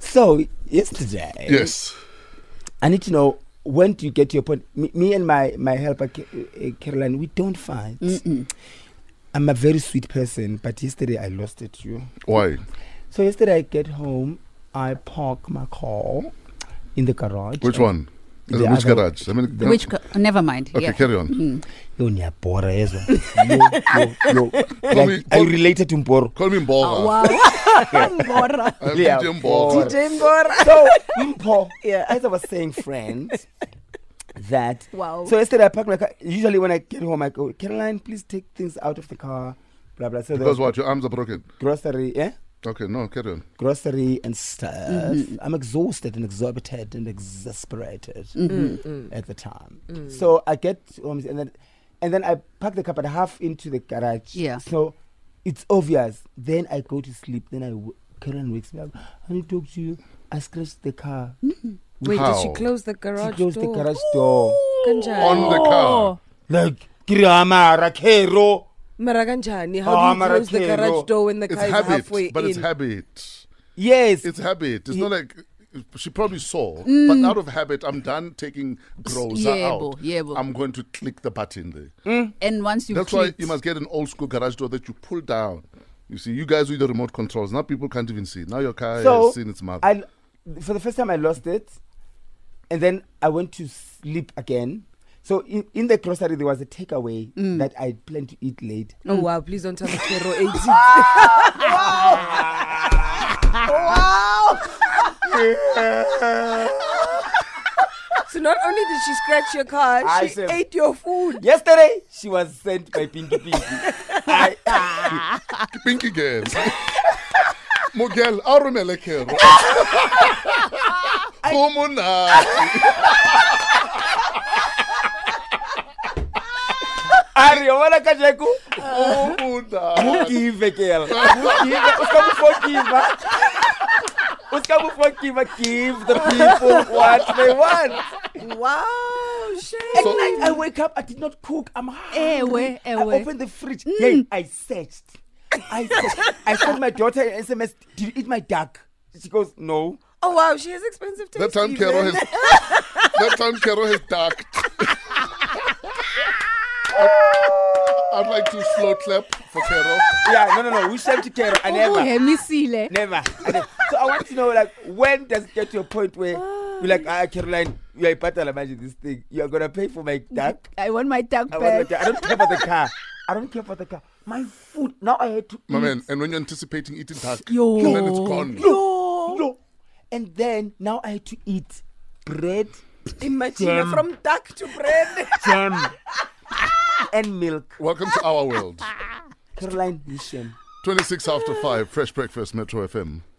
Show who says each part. Speaker 1: So yesterday,
Speaker 2: Yes.
Speaker 1: I need to know when do you get to your point? Me, me and my my helper Ca- uh, Caroline, we don't fight.
Speaker 2: Mm.
Speaker 1: I'm a very sweet person, but yesterday I lost it. You.
Speaker 2: Why?
Speaker 1: So yesterday I get home, I park my car in the garage.
Speaker 2: Which one?
Speaker 1: The
Speaker 2: Uh, which
Speaker 1: other-
Speaker 2: garage? I mean, no?
Speaker 3: Which, co- never mind.
Speaker 2: Okay,
Speaker 3: yeah. Mm,
Speaker 2: carry on.
Speaker 1: Yo, ni a Bora as well. Yo, yo, yo.
Speaker 2: Call
Speaker 1: Like,
Speaker 2: me-
Speaker 1: I
Speaker 2: call-
Speaker 1: related to Mboro.
Speaker 2: Call me Mbora.
Speaker 3: Oh, wow. Mbora.
Speaker 2: I'm
Speaker 1: Yeah,
Speaker 2: DJ Mbora.
Speaker 3: DJ Mbora.
Speaker 1: So, Mpo,
Speaker 3: Yeah.
Speaker 1: as I was saying, friends, that.
Speaker 3: Wow.
Speaker 1: So yesterday I parked my car. Usually when I get home, I go, Caroline, please take things out of the car, blah, blah. So there was
Speaker 2: Because what? Your arms are broken.
Speaker 1: grocery, yeah?
Speaker 2: Okay, no, carry on.
Speaker 1: Grocery and stuff.
Speaker 3: Mm-hmm.
Speaker 1: I'm exhausted and exorbitant and exasperated
Speaker 3: Mm-hmm. mm.
Speaker 1: at the time.
Speaker 4: Mm.
Speaker 1: So I get home and then, and then I park the car about half into the garage.
Speaker 3: Yeah.
Speaker 1: So it's obvious. Then I go to sleep. Then I, w- Caroline wakes me up. I need to talk to you. I scratched the car.
Speaker 4: Wait, did she
Speaker 2: How?
Speaker 4: close the
Speaker 1: She
Speaker 4: garage
Speaker 1: closed
Speaker 4: door?
Speaker 1: the garage door.
Speaker 4: Kanjani?
Speaker 2: On the car.
Speaker 1: Like, Kiriamara, Kero.
Speaker 4: Mara kanjani?
Speaker 1: Oh,
Speaker 4: How do you
Speaker 1: Mara
Speaker 4: close the
Speaker 1: Kero.
Speaker 4: garage door when the
Speaker 2: It's
Speaker 4: car is halfway
Speaker 2: habit, but
Speaker 4: in?
Speaker 2: it's habit.
Speaker 1: Yes.
Speaker 2: It's habit. It's
Speaker 1: Ye-
Speaker 2: not like she probably saw, but out of habit, I'm done taking grocer
Speaker 3: Yebo,
Speaker 2: out.
Speaker 3: yebo.
Speaker 2: I'm going to click the button there.
Speaker 3: And once you
Speaker 2: That's
Speaker 3: clicked,
Speaker 2: why you must get an old school garage door that you pull down. You see, you guys with the remote controls. Now people can't even see. Now your car
Speaker 1: so,
Speaker 2: has seen its mother.
Speaker 1: I, for the first time, I lost it. And then I went to sleep again. So, in, in the grocery, there was a takeaway
Speaker 4: Mm.
Speaker 1: that I planned to eat late.
Speaker 4: Oh wow! Please don't tell me Kero ate it. So not only did she scratch your car,
Speaker 1: I
Speaker 4: she
Speaker 1: said-
Speaker 4: ate your food.
Speaker 1: Yesterday, she was sent by Pinky Pinky. I,
Speaker 2: Pinky girl. Mugel, arumele kero. Kumuna.
Speaker 1: Ari, wala kajeku.
Speaker 2: Kumuna.
Speaker 1: Give girl. Give. Uska mu forgive. ah. Uska mu forgive. ah. Give the people what they want.
Speaker 4: Wow, shame.
Speaker 1: At night, I wake up, I did not cook. I'm hungry.
Speaker 3: Ewe, ewe.
Speaker 1: I opened the fridge. Then I searched. I searched. I sent my daughter an SMS. Did you eat my duck? She goes, No.
Speaker 4: Oh wow, she has expensive taste.
Speaker 2: That time
Speaker 4: even.
Speaker 2: Kero has that time Kero has ducked. I'd like to slow clap for Kero.
Speaker 1: Yeah, no, no, no. We sent to Carol.
Speaker 3: Oh,
Speaker 1: I never.
Speaker 3: Ukuhemisile.
Speaker 1: Never. I never. So I want to know, like, when does it get to a point where you're like, ah, Caroline, you're a part of this thing. You're going to pay for my duck.
Speaker 3: I want my duck
Speaker 1: I, want my
Speaker 3: back.
Speaker 1: duck. I don't care about the car. I don't care about the car. My food. Now I had to
Speaker 2: My
Speaker 1: eat.
Speaker 2: man, and when you're anticipating eating duck,
Speaker 3: Yo.
Speaker 2: and then it's gone.
Speaker 4: Oh.
Speaker 1: No. no. And then now I had to eat bread,
Speaker 4: Imagine
Speaker 1: Damn.
Speaker 4: from duck to bread.
Speaker 1: jam, and milk.
Speaker 2: Welcome to our world.
Speaker 1: Caroline Hisham.
Speaker 2: 26 after 5, Fresh Breakfast, Metro FM.